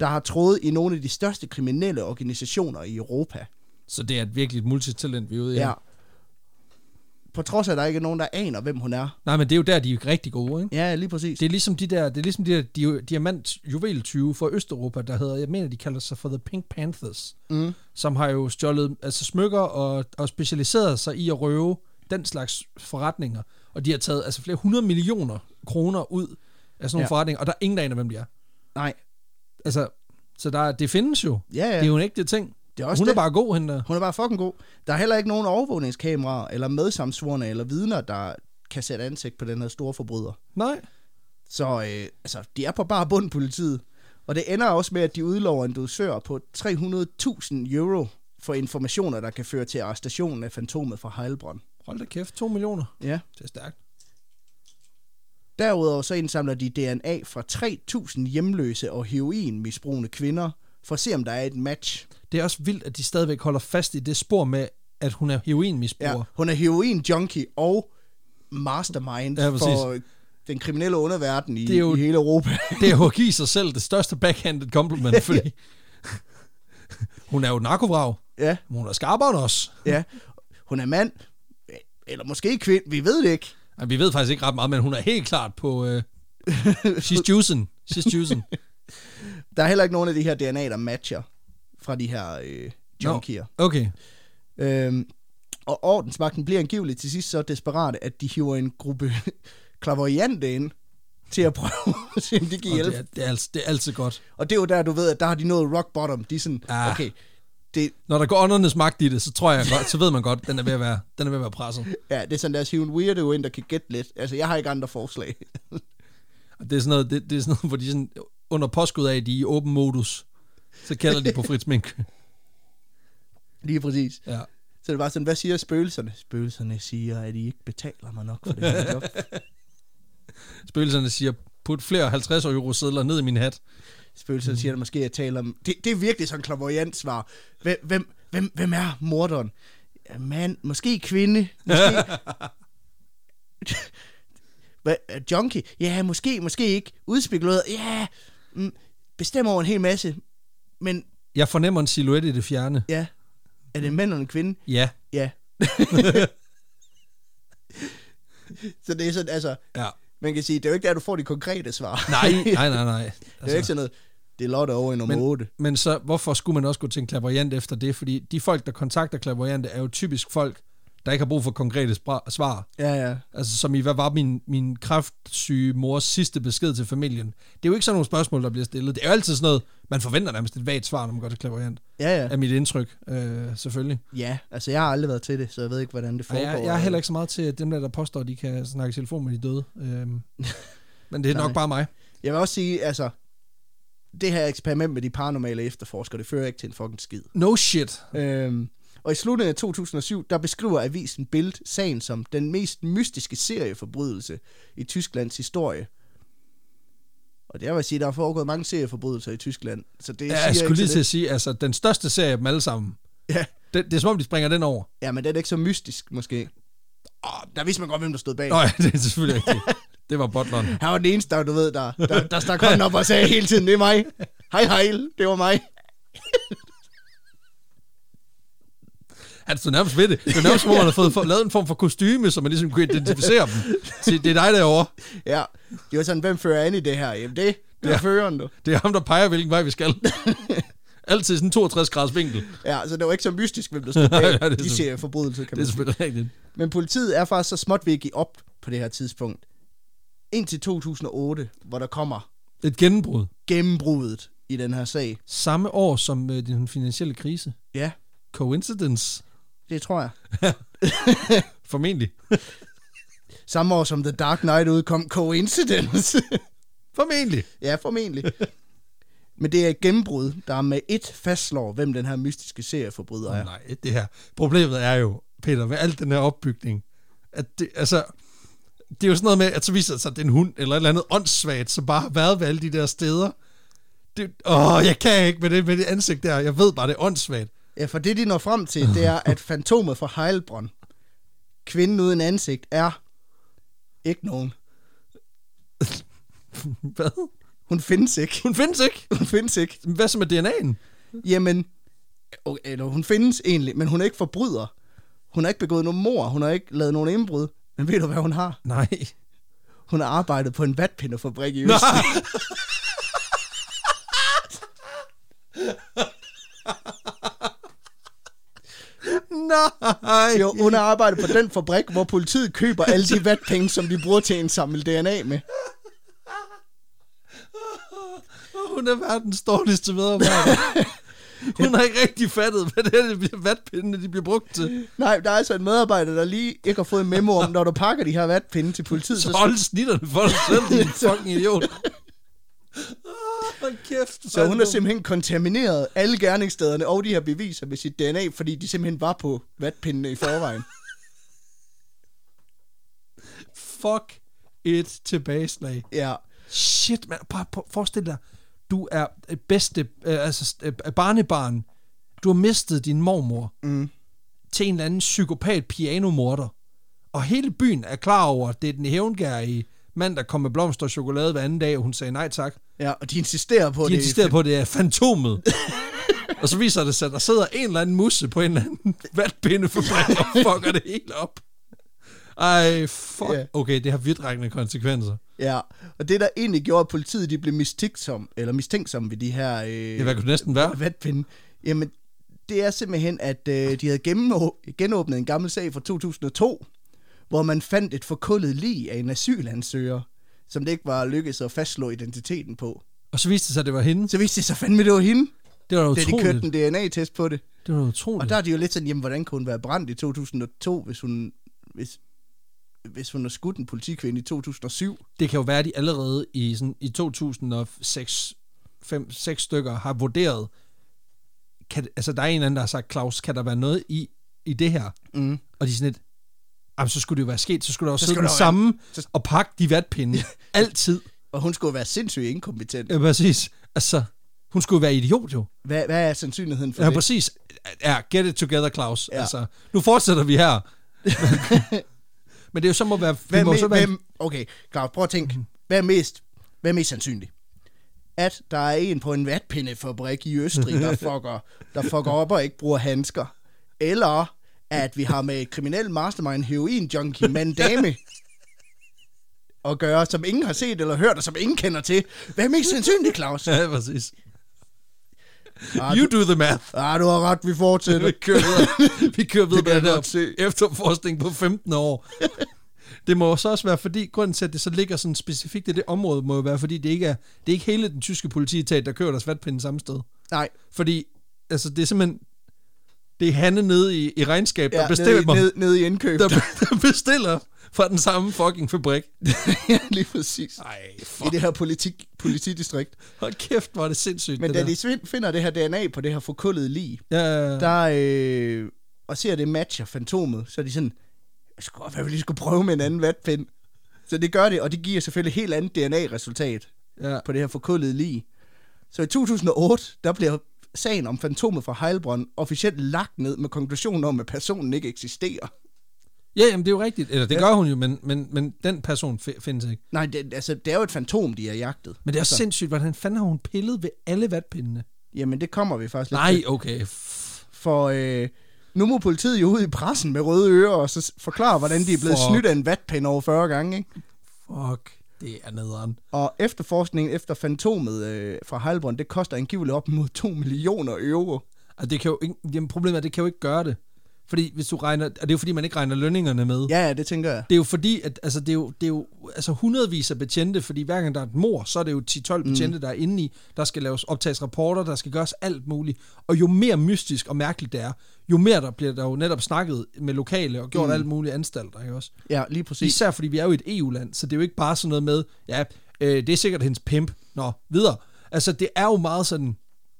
der har trådet i nogle af de største kriminelle organisationer i Europa.
Så det er et virkelig et multitalent, vi er ude i.
Ja.
Ja.
På trods af, at der ikke er nogen, der aner, hvem hun er.
Nej, men det er jo der, de er rigtig gode, ikke?
Ja, lige præcis.
Det er ligesom de der, det er ligesom de der di- diamantjuveltyve fra Østeuropa, der hedder, jeg mener, de kalder sig for The Pink Panthers,
Mm.
som har jo stjålet altså smykker og, og specialiseret sig i at røve den slags forretninger. Og de har taget altså flere hundrede millioner kroner ud af sådan nogle ja.
Ja.
forretninger, og der er ingen, der aner, hvem de er.
Nej.
Altså, så der, er- det findes jo.
Ja, ja.
Det er jo en ægte ting.
Det er
Hun
også
er
det.
bare god, hende der.
Hun er bare fucking god. Der er heller ikke nogen overvågningskameraer, eller medsamsvorene, eller vidner, der kan sætte ansigt på den her store forbryder.
Nej.
Så øh, altså, de er på bare bund politiet. Og det ender også med, at de udlover en dosør på 300.000 euro for informationer, der kan føre til arrestationen af fantomet fra Heilbronn.
Hold da kæft, 2 millioner.
Ja.
Det er stærkt.
Derudover så indsamler de DNA fra 3.000 hjemløse og heroinmisbrugende kvinder, for at se, om der er et match.
Det er også vildt, at de stadigvæk holder fast i det spor med, at hun er
Ja,
heroinmisbruger.
hun er heroin-junkie og mastermind
Ja,
ja,
præcis.
for den kriminelle underverden i,
Det er jo-
i hele Europa.
Det er jo at give sig selv det største backhanded compliment, fordi hun er jo narkovrag,
ja,
men hun er skarpere end os.
ja. Hun er mand, eller måske kvinde, vi ved det ikke.
Ej, vi ved faktisk ikke ret meget, men hun er helt klart på... Øh, she's juicing. She's juicing.
Der er heller ikke nogen af de her DNA, der matcher fra de her øh, junkier.
Okay.
Øhm, og ordensmagten bliver angiveligt til sidst så desperat, at de hiver en gruppe klavoyante ind til at prøve, at se, om de kan
Og det,
hjælpe.
er, det, er altid, det er altid godt.
Og det er jo der, du ved, at der har de nået rock bottom. De er sådan,
Ah.
okay, det,
Når der går åndernes magt i det, så tror jeg godt, så ved man godt, den er ved at være, den er ved at være presset.
ja, det er sådan, lad os hive en weirdo ind, der kan gætte lidt. Altså, jeg har ikke andre forslag.
Og det er sådan noget, det, det er sådan noget hvor de sådan, under påskud af, at de er i åben modus, så kalder de på Fritz Mink.
Lige præcis.
Ja.
Så det var sådan, hvad siger spøgelserne? Spøgelserne siger, at I ikke betaler mig nok for det her job.
Spøgelserne siger, put flere 50 euro sedler ned i min hat.
Spøgelserne siger, at måske jeg taler om... Det, det er virkelig sådan klavoyant svar. Hvem, hvem, hvem, hvem er morderen? Ja, mand, måske kvinde, måske... Hvad, er junkie? Ja, måske, måske ikke. Udspekuleret? Ja, mm, bestem over en hel masse. Men
Jeg fornemmer en silhuet i det fjerne.
ja, er det en mand eller en kvinde?
Ja,
Ja. så det er sådan, altså,
ja.
man kan sige, det er jo ikke der, du får de konkrete svar.
Nej, nej, nej, nej.
det er jo ikke sådan noget, det er Lotte over i nummer
Men-
8.
Men så, hvorfor skulle man også gå til en klaverjant efter det? Fordi de folk, der kontakter klaverjante, er jo typisk folk, der ikke har brug for konkrete spra- svar.
Ja, ja.
Altså som i, hvad var min, min kraftsyge mors sidste besked til familien? Det er jo ikke sådan nogle spørgsmål, der bliver stillet. Det er jo altid sådan noget, man forventer nærmest et vagt svar, når man går til klaverjant.
Ja, ja.
Er mit indtryk, øh, selvfølgelig.
Ja, altså jeg har aldrig været til det, så jeg ved ikke, hvordan det
Ej,
foregår.
jeg, jeg er heller ikke så meget til dem der, der påstår, at de kan snakke i telefon med de døde. Øhm, men det er nok
Nej.
bare mig.
Jeg vil også sige, altså, det her eksperiment med de paranormale efterforskere, det fører ikke til en fucking skid.
No shit.
Øhm, og i slutningen af 2007, der beskriver avisen Bild sagen som den mest mystiske serieforbrydelse i Tysklands historie. Og det er, hvad jeg sige, der er foregået mange serieforbrydelser i Tyskland. Så det
Ja,
siger
jeg skulle
ikke
lige
så
til at sige, altså den største serie af dem alle sammen.
lidt. Ja,
Det, det er som om, de springer den over.
ja, men det er da ikke så mystisk, måske. Oh, der vidste man godt, hvem der stod bag.
Nej, det er selvfølgelig ikke det. Det var butleren.
Han var den eneste, der, du ved, der, der, der stak hånden op og sagde hele tiden, det er mig. Hej, hej, det var mig.
Han stod Altså, nærmest ved det. Det var nærmest, hvor han havde fået for, lavet en form for kostyme, så man ligesom kunne identificere dem. Se, det er dig derovre.
Ja, det var sådan, hvem fører an i det her? Jamen det, det er
Ja.
føreren, du.
Det er ham, der peger, hvilken vej vi skal. Altid sådan 62 graders vinkel.
Ja, så det var ikke så mystisk, hvem der stod bag
Nej, det er
de
så-
ser forbrydelser,
Det
kan man
er
sige.
selvfølgelig rigtigt.
Men politiet er faktisk så småt ved at give op på det her tidspunkt. Indtil 2008, hvor der kommer
Et gennembrud.
gennembruddet i den her sag.
Samme år som øh, den finansielle krise.
Ja,
Coincidence.
det tror jeg.
Formentlig.
Samme år som The Dark Knight udkom, Coincidence.
Formentlig.
Ja, formentlig. Men det er et gennembrud, der med et fastslår, hvem den her mystiske serieforbryder
Ja.
er.
Nej, det her. Problemet er jo, Peter, ved alt den her opbygning, at det, altså, det er jo sådan noget med, at så viser det sig, at det er en hund eller et eller andet åndssvagt, som bare har været ved alle de der steder. Det, åh, jeg kan ikke med det, med det ansigt der. Jeg ved bare, det er åndssvagt.
Ja, for det de når frem til, det er, at fantomet fra Heilbronn, kvinden uden ansigt, er ikke nogen.
Hvad?
Hun findes ikke.
Hun findes ikke.
Hun findes ikke.
Hvad så med DNA'en?
Jamen, okay, eller hun findes egentlig, men hun er ikke forbryder. Hun har ikke begået nogen mor, hun har ikke lavet nogen indbrud. Men ved du, hvad hun har?
Nej.
Hun har arbejdet på en vatpindefabrik i Øst.
Nej. Nej.
Jo, hun har arbejdet på den fabrik, hvor politiet køber alle de vatpenge, som de bruger til at indsamle DNA med.
Hun er verdens dårligste medarbejder. Hun har ikke rigtig fattet, hvad det er, de bliver- vatpindene de bliver brugt til.
Nej, der er altså en medarbejder, der lige ikke har fået en memo om, når du pakker de her vatpinde til politiet,
Så
så,
hold snitterne for dig selv, din fucking idiot. Åh, Ah, Hold kæft.
så
mand,
hun har
du-
simpelthen kontamineret alle gerningsstederne og de her beviser med sit DNA, fordi de simpelthen var på vatpindene i forvejen.
Fuck et tilbageslag.
Ja.
Shit, man. Bare på- forestil dig, du er øh, bedste, øh, altså øh, barnebarn. Du har mistet din mormor
Mm.
til en eller anden psykopat pianomorder. Og hele byen er klar over, at det er den hævngærige mand, der kom med blomster og chokolade hver anden dag, og hun sagde nej tak.
Ja, og de insisterer på, at
De
det
insisterer på, at det er fantomet. og så viser det sig, at der sidder en eller anden musse på en eller anden vatpindefabrik og fucker det helt op. Ej, fuck.
Ja.
Okay, det har vidtrækkende konsekvenser.
Ja, og det der egentlig gjorde, at politiet de blev mistænksom, eller mistænksomme ved de her
Det
øh,
hvad kunne det næsten være?
vatpinde, jamen det er simpelthen, at øh, de havde gennemå- genåbnet en gammel sag fra 2002, hvor man fandt et forkullet lig af en asylansøger, som det ikke var lykkedes at fastslå identiteten på.
Og så viste det sig, at det var hende.
Så viste det sig fandme, det var hende,
Det var da
da de kørte
utroligt.
en DNA-test på det.
Det var da
Og
utroligt.
der er de jo lidt sådan, jamen hvordan kunne hun være brændt i 2002, hvis hun, hvis, hvis hun har skudt en politikvinde i 2007?
Det kan jo være, at de allerede i, sådan, i 2006 fem, seks stykker har vurderet, kan, det- altså der er en eller anden, der har sagt, Claus, kan der være noget i, i det her?
Mm.
Og de er sådan lidt, jamen så skulle det jo være sket, så skulle der jo
Så
sidde
skulle
den
der jo-
samme
så-
og pakke de vatpinde. Altid.
Og hun skulle jo være sindssygt inkompetent.
Ja, præcis. Altså, hun skulle jo være idiot jo.
Hvad, hvad er sandsynligheden for
Ja,
det?
præcis. Ja, get it together, Claus. Ja.
Ja.
Altså, nu fortsætter vi her. Men det er jo så må være...
Hvad,
vi må jo
me,
så Mhm. være
hvem, okay, Claus, prøv at tænke. Hvad er mest, hvad er mest sandsynligt? At der er en på en vatpindefabrik i Østrig, der fucker, der fucker op og ikke bruger handsker. Eller at vi har med et kriminel mastermind heroin junkie mandame at gøre, som ingen har set eller hørt, og som ingen kender til. Hvad er mest sandsynligt, Claus?
Ja, præcis.
Ah,
You do the math.
Ah, du har ret, vi fortsætter.
Vi kører videre, vi kører videre
Det kan
med den
jeg
der
godt se.
efterforskning på 15 år. Det må jo så også være, fordi grunden til, at det så ligger sådan specifikt i det område, må jo være, fordi det ikke er, det er ikke hele den tyske politietat, der kører deres vatpinde samme sted.
Nej,
Fordi, altså, det er simpelthen, det er Hanne nede i, i regnskab, der
ja, ned, i-
bestemmer,
ned, ned i indkøb.
der, der bestiller fra den samme fucking fabrik.
ja, lige præcis.
Ej,
I
fuck.
det her politik, politidistrikt.
Hold kæft, hvor er det sindssygt,
Men
det
da
der.
de svin- finder det her DNA på det her forkullede lig,
Ja, ja, ja.
der, øh, og ser det matcher fantomet, så er de sådan, jeg skulle godt være, vi lige skulle prøve med en anden vatpind. Så det gør det, og det giver selvfølgelig et helt andet DNA-resultat
ja.
på det her forkullede lig. Så i 2008, der bliver sagen om fantomet fra Heilbronn officielt lagt ned med konklusionen om, at personen ikke eksisterer.
ja jamen, det er jo rigtigt. Eller det gør hun jo, men, men, men den person fi- findes ikke.
Nej, det, altså, det er jo et fantom, de har jagtet.
Men det er også
altså,
sindssygt, hvordan fanden har hun pillet ved alle vatpindene?
Jamen, det kommer vi faktisk lidt
Nej,
til.
okay. F-
For øh, nu må politiet jo ud i pressen med røde ører og så s- forklare, hvordan de er blevet
Fuck.
snydt af en vatpind over 40 gange. Ikke?
fuck, det er nederen.
Og efterforskningen efter fantomet øh, fra Heilbronn, det koster angiveligt op mod 2 millioner euro.
Og Altså, det kan jo ikke, jamen, problemet er, at det kan jo ikke gøre det. Fordi hvis du regner, og det er jo fordi, man ikke regner lønningerne med.
Ja, ja, det tænker jeg.
Det er jo fordi, at altså, det er jo, det er jo altså, hundredvis af betjente, fordi hver gang der er et mor, så er det jo 10-12 betjente, mm. der er inde i. Der skal laves optages rapporter, der skal gøres alt muligt. Og jo mere mystisk og mærkeligt det er, jo mere der bliver der jo netop snakket med lokale og gjort mm. alt muligt anstalter, ikke også?
Ja, lige præcis.
Især fordi vi er jo et EU-land, så det er jo ikke bare sådan noget med, ja, øh, det er sikkert hendes pimp. Nå, videre. Altså, det er jo meget sådan,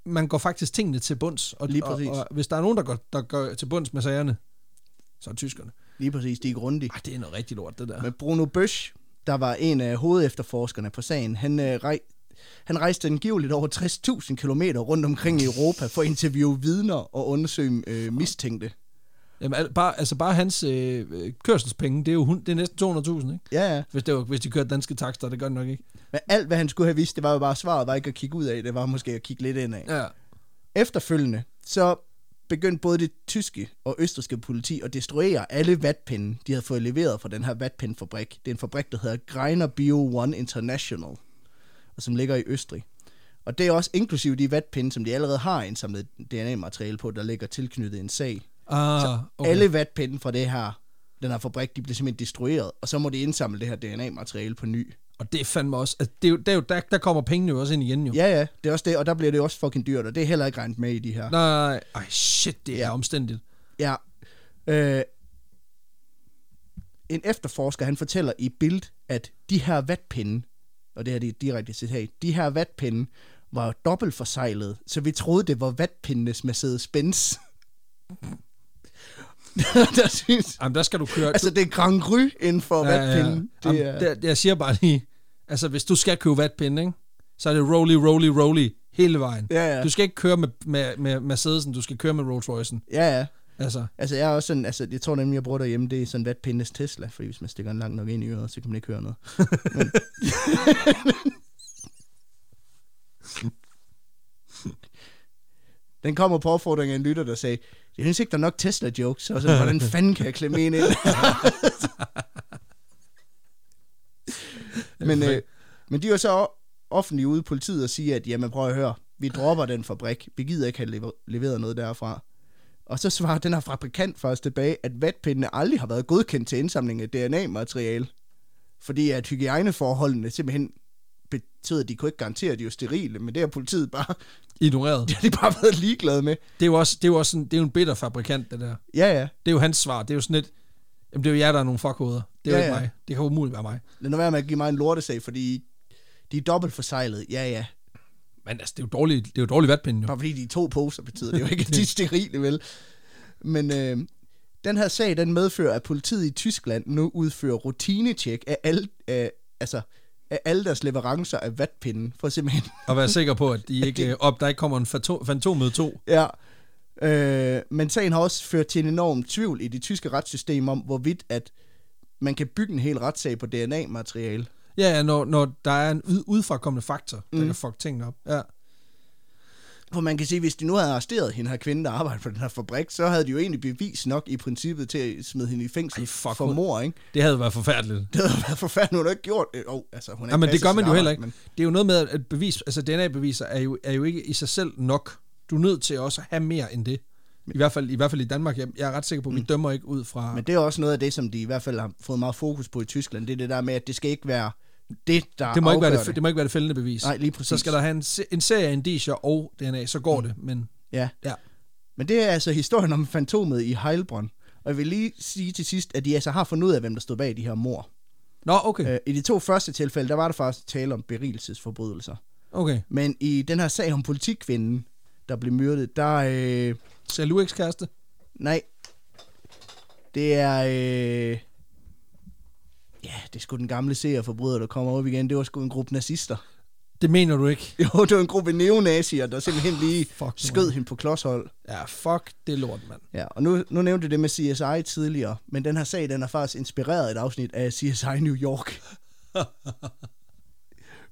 man går faktisk tingene til bunds. Og,
Lige
og,
præcis.
og, hvis der er nogen, der går, der går til bunds med sagerne, så er det tyskerne.
Lige præcis, de er grundige.
Ej, det er noget rigtig lort, det der.
Men Bruno Bøsch, der var en af hovedefterforskerne på sagen, han, øh, rej- han rejste angiveligt over 60.000 km rundt omkring i Europa for at interviewe vidner og undersøge øh, mistænkte.
Jamen, al, bare, altså bare hans øh, øh, kørselspenge, det er jo hun, det er næsten 200.000, ikke?
Ja, ja.
Hvis, det var, hvis de kører danske takster, det gør det nok ikke.
Men alt, hvad han skulle have vidst, det var jo bare svaret, var ikke at kigge ud af, det var måske at kigge lidt indad.
Ja.
Efterfølgende, så begyndte både det tyske og østrigske politi at destruere alle vatpinde, de havde fået leveret fra den her vatpindfabrik. Det er en fabrik, der hedder Greiner Bio One International, og som ligger i Østrig. Og det er også inklusive de vatpinde, som de allerede har indsamlet DNA-materiale på, der ligger tilknyttet en sag.
Ah, okay.
Okay. Alle vatpinde fra det her, den her fabrik, de blev simpelthen destrueret, og så må de indsamle det her DNA-materiale på ny.
Og det er fandme også, altså, det er jo, det er jo, der, der kommer pengene jo også ind igen jo.
Ja, ja, det er også det, og der bliver det jo også fucking dyrt, og det er heller ikke regnet med i de her.
Nej, ej shit, det er
Ja.
omstændigt.
Ja. Øh, en efterforsker, han fortæller i Bild, at de her vatpinde, og det her det er et direkte citat, de her vatpinde var dobbelt forsejlet, så vi troede, det var vatpindenes Mercedes-Benz. der synes,
Jamen, der skal du køre...
altså, det er Grand Cru inden for ja, vatpinden.
Ja,
Det
ja.
er,
Jamen, det, jeg siger bare lige, altså hvis du skal købe vatpinde, ikke? så er det rolly, rolly, rolly hele vejen.
Ja, ja.
Du skal ikke køre med, med, med Mercedesen, du skal køre med Rolls Royce'en.
ja, ja.
Altså,
Altså, jeg er også sådan, altså, jeg tror nemlig, jeg bruger derhjemme, det er sådan vatpindenes Tesla, fordi hvis man stikker den langt nok ind i øret, så kan man ikke høre noget. Den kommer på opfordring af en lytter, der sagde, jeg synes ikke, der er nok Tesla-jokes, og så hvordan fanden kan jeg klemme en ind? men, øh, men de var så o- offentligt ude i politiet og sige, at jamen prøv at høre, vi dropper den fabrik, vi gider ikke have lever- leveret noget derfra. Og så svarer den her fabrikant først tilbage, at vatpindene aldrig har været godkendt til indsamling af DNA-materiale, fordi at hygiejneforholdene simpelthen betød, at de kunne ikke garantere, at de var sterile, men det har politiet bare
ignoreret.
det har de bare været ligeglade med.
Det er jo også, det er jo også sådan, det er jo en bitter fabrikant, det der.
Ja, ja.
Det er jo hans svar. Det er jo sådan lidt, jamen det er jo jer, der er nogle fuckhoveder. Det er
Ja,
jo ikke
ja.
mig. Det kan umuligt være mig.
Lad nu være med at give mig en lortesag, fordi de er dobbelt forsejlet. Ja, ja.
Men altså, det er jo dårligt, det er jo dårligt vatpinde jo.
Bare fordi de er to poser, betyder det jo ikke, at de er sterile, vel? Men øh, den her sag, den medfører, at politiet i Tyskland nu udfører rutinetjek af alle, af, altså, af alle deres leverancer af vatpinden, for simpelthen
Og være sikker på, at de ikke, øh, op, der ikke kommer en fanto- fantom med to.
Ja. Øh, men sagen har også ført til en enorm tvivl i det tyske retssystem om, hvorvidt at man kan bygge en hel retssag på DNA-materiale.
Ja, ja, når, når der er en ud, udfrakommende faktor, der mm. kan fuck tingene op. Ja.
For man kan sige, hvis de nu havde arresteret hende her kvinde, der arbejder på den her fabrik, så havde de jo egentlig bevis nok i princippet til at smide hende i fængsel
Ej, fuck,
for
hun-
mor, ikke?
Det havde været forfærdeligt.
Det havde været forfærdeligt, hun har ikke gjort. Øh, oh, altså, hun har
Ja, men
ikke
det gør
passet
man
sit
jo heller
arbejde,
ikke. Det er jo noget med, at bevis, altså DNA-beviser er jo, er jo ikke i sig selv nok. Du er nødt til også at have mere end det. I hvert fald i, hvert fald i Danmark. Jeg, jeg er ret sikker på, at vi dømmer ikke ud fra...
Mm. Men, men det er også noget af det, som de i hvert fald har fået meget fokus på i Tyskland. Det er det der med, at det skal ikke være det, der
det, må ikke være
afgør
det, det må ikke være det fældende bevis.
Nej, lige præcis. Mm.
Så skal der have en, se- en serie af indicier og DNA, så går det. Men
Ja.
Ja.
Men det er altså historien om fantomet i Heilbronn. Og jeg vil lige sige til sidst, at de altså har fundet ud af, hvem der stod bag de her mor.
Nå, okay.
Øh, I de to første tilfælde, der var der faktisk tale om berigelsesforbrydelser.
Okay.
Men i den her sag om politikvinden, der blev myrdet, der... Øh,
Så er Lou ikke kæreste?
nej. Det er... Øh, ja, det er sgu den gamle seerforbryder, der kommer op igen. Det var sgu en gruppe nazister.
Det mener du ikke?
Jo, det var en gruppe neonazier, der simpelthen lige
Fuck,
skød
man.
hende på klodshold.
Ja, fuck det er lort, mand.
Ja, og nu, nu nævnte du det med CSI tidligere, men den her sag, den er faktisk inspireret af et afsnit af CSI New York.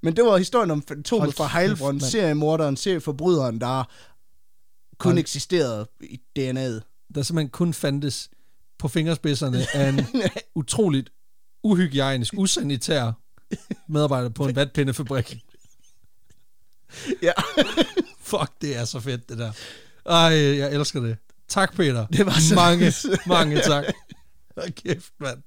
men det var historien om fantomet
Hold
fra
kæft,
Heilbronn,
mand.
seriemorderen, serieforbryderen, der kun
Hold-
eksisterede i DNA'et.
Der simpelthen kun fandtes på fingerspidserne af en utroligt uhygiejnisk, usanitær medarbejder på en vatpindefabrik.
Ja,
Fuck, det er så fedt, det der. Ej, jeg elsker det. Tak, Peter.
Det var så-
Mange, mange tak. Hold kæft, mand.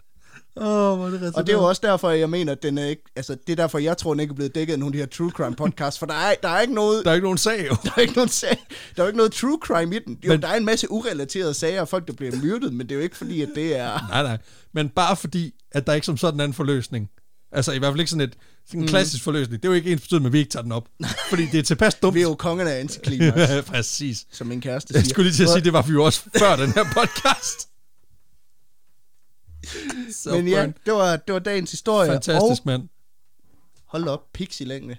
Åh, oh, hvor er det
og det er jo også derfor, jeg mener, at den er ikke, altså, det er derfor, jeg tror, den ikke er blevet dækket af nogle af de her true crime podcasts, for der er, der er ikke noget,
Der er ikke nogen sag, jo.
der er ikke nogen sag, der er ikke noget true crime i den. Jo,
Men-
men, der er en masse urelaterede sager, og folk, der bliver myrdet, men det er jo ikke fordi, at det er...
Nej, nej. Men bare fordi, at der ikke som sådan er en forløsning. Altså i hvert fald ikke sådan, et,
Mm.
sådan en klassisk forløsning. Det er jo ikke ens betydning, at vi ikke tager den op. Fordi det er tilpas dumt.
Vi er jo kongerne af antiklimax.
Præcis.
som min kæreste siger.
Jeg skulle lige til at
Hvor-
sige, det var vi jo også før den her podcast. Så
Men ja, det var, det var dagens historie.
fantastisk,
Og
mand.
hold da op, pixie-længde.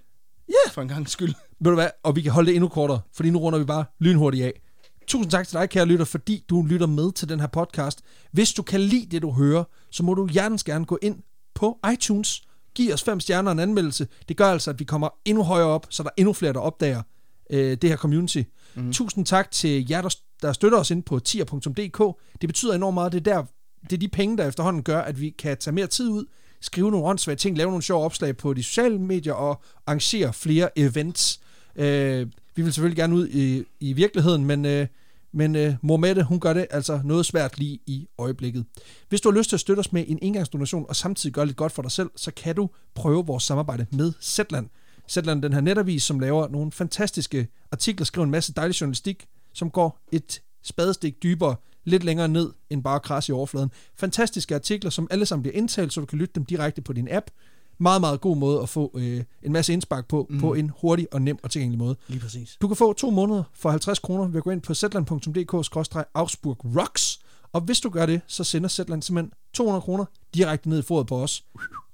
Ja.
For en gang skyld.
Ved du hvad? Og vi kan holde det endnu kortere, fordi nu runder vi bare lynhurtigt af. Tusind tak til dig, kære lytter, fordi du lytter med til den her podcast. Hvis du kan lide det, du hører, så må du hjertens gerne gå ind på iTunes. Giv os fem stjerner og en anmeldelse. Det gør altså, at vi kommer endnu højere op, så der er endnu flere, der opdager øh, det her community. Mm. Tusind tak til jer, der, der støtter os ind på tier.dk. Det betyder enormt meget. Det er, der, det er de penge, der efterhånden gør, at vi kan tage mere tid ud, skrive nogle åndssvage ting, lave nogle sjove opslag på de sociale medier og arrangere flere events. Øh, vi vil selvfølgelig gerne ud i, i virkeligheden, men øh, Men øh, mor Mette, hun gør det altså noget svært lige i øjeblikket. Hvis du har lyst til at støtte os med en engangsdonation og samtidig gøre lidt godt for dig selv, så kan du prøve vores samarbejde med Zetland. Zetland er den her netavis, som laver nogle fantastiske artikler, skriver en masse dejlig journalistik, som går et spadestik dybere, lidt længere ned end bare kras i overfladen. Fantastiske artikler, som alle sammen bliver indtalt, så du kan lytte dem direkte på din app. Meget, meget god måde at få øh, en masse indspark på, mm. på en hurtig og nem og tilgængelig måde.
Lige præcis.
Du kan få to måneder for 50 kroner ved at gå ind på zland.dk-augsburg rocks, og hvis du gør det, så sender Zetland simpelthen 200 kroner direkte ned i fodet på os.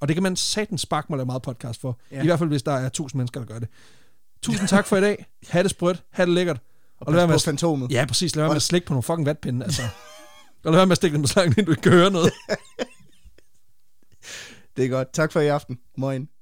Og det kan man satens sparke mig lave meget podcast for.
Ja.
Ja. I hvert fald, hvis der er 1000 mennesker, der gør det. Tusind tak for i dag. Ha' det sprødt. Ha' det lækkert. Og, og lad være med
På
at
fantomet.
Ja, præcis. Lad være med at slikke på nogle fucking vatpinde, altså. Og lad være med at stikke dem så langt, inden du ikke kan høre noget.
Det er godt. Tak for i aften. Moin.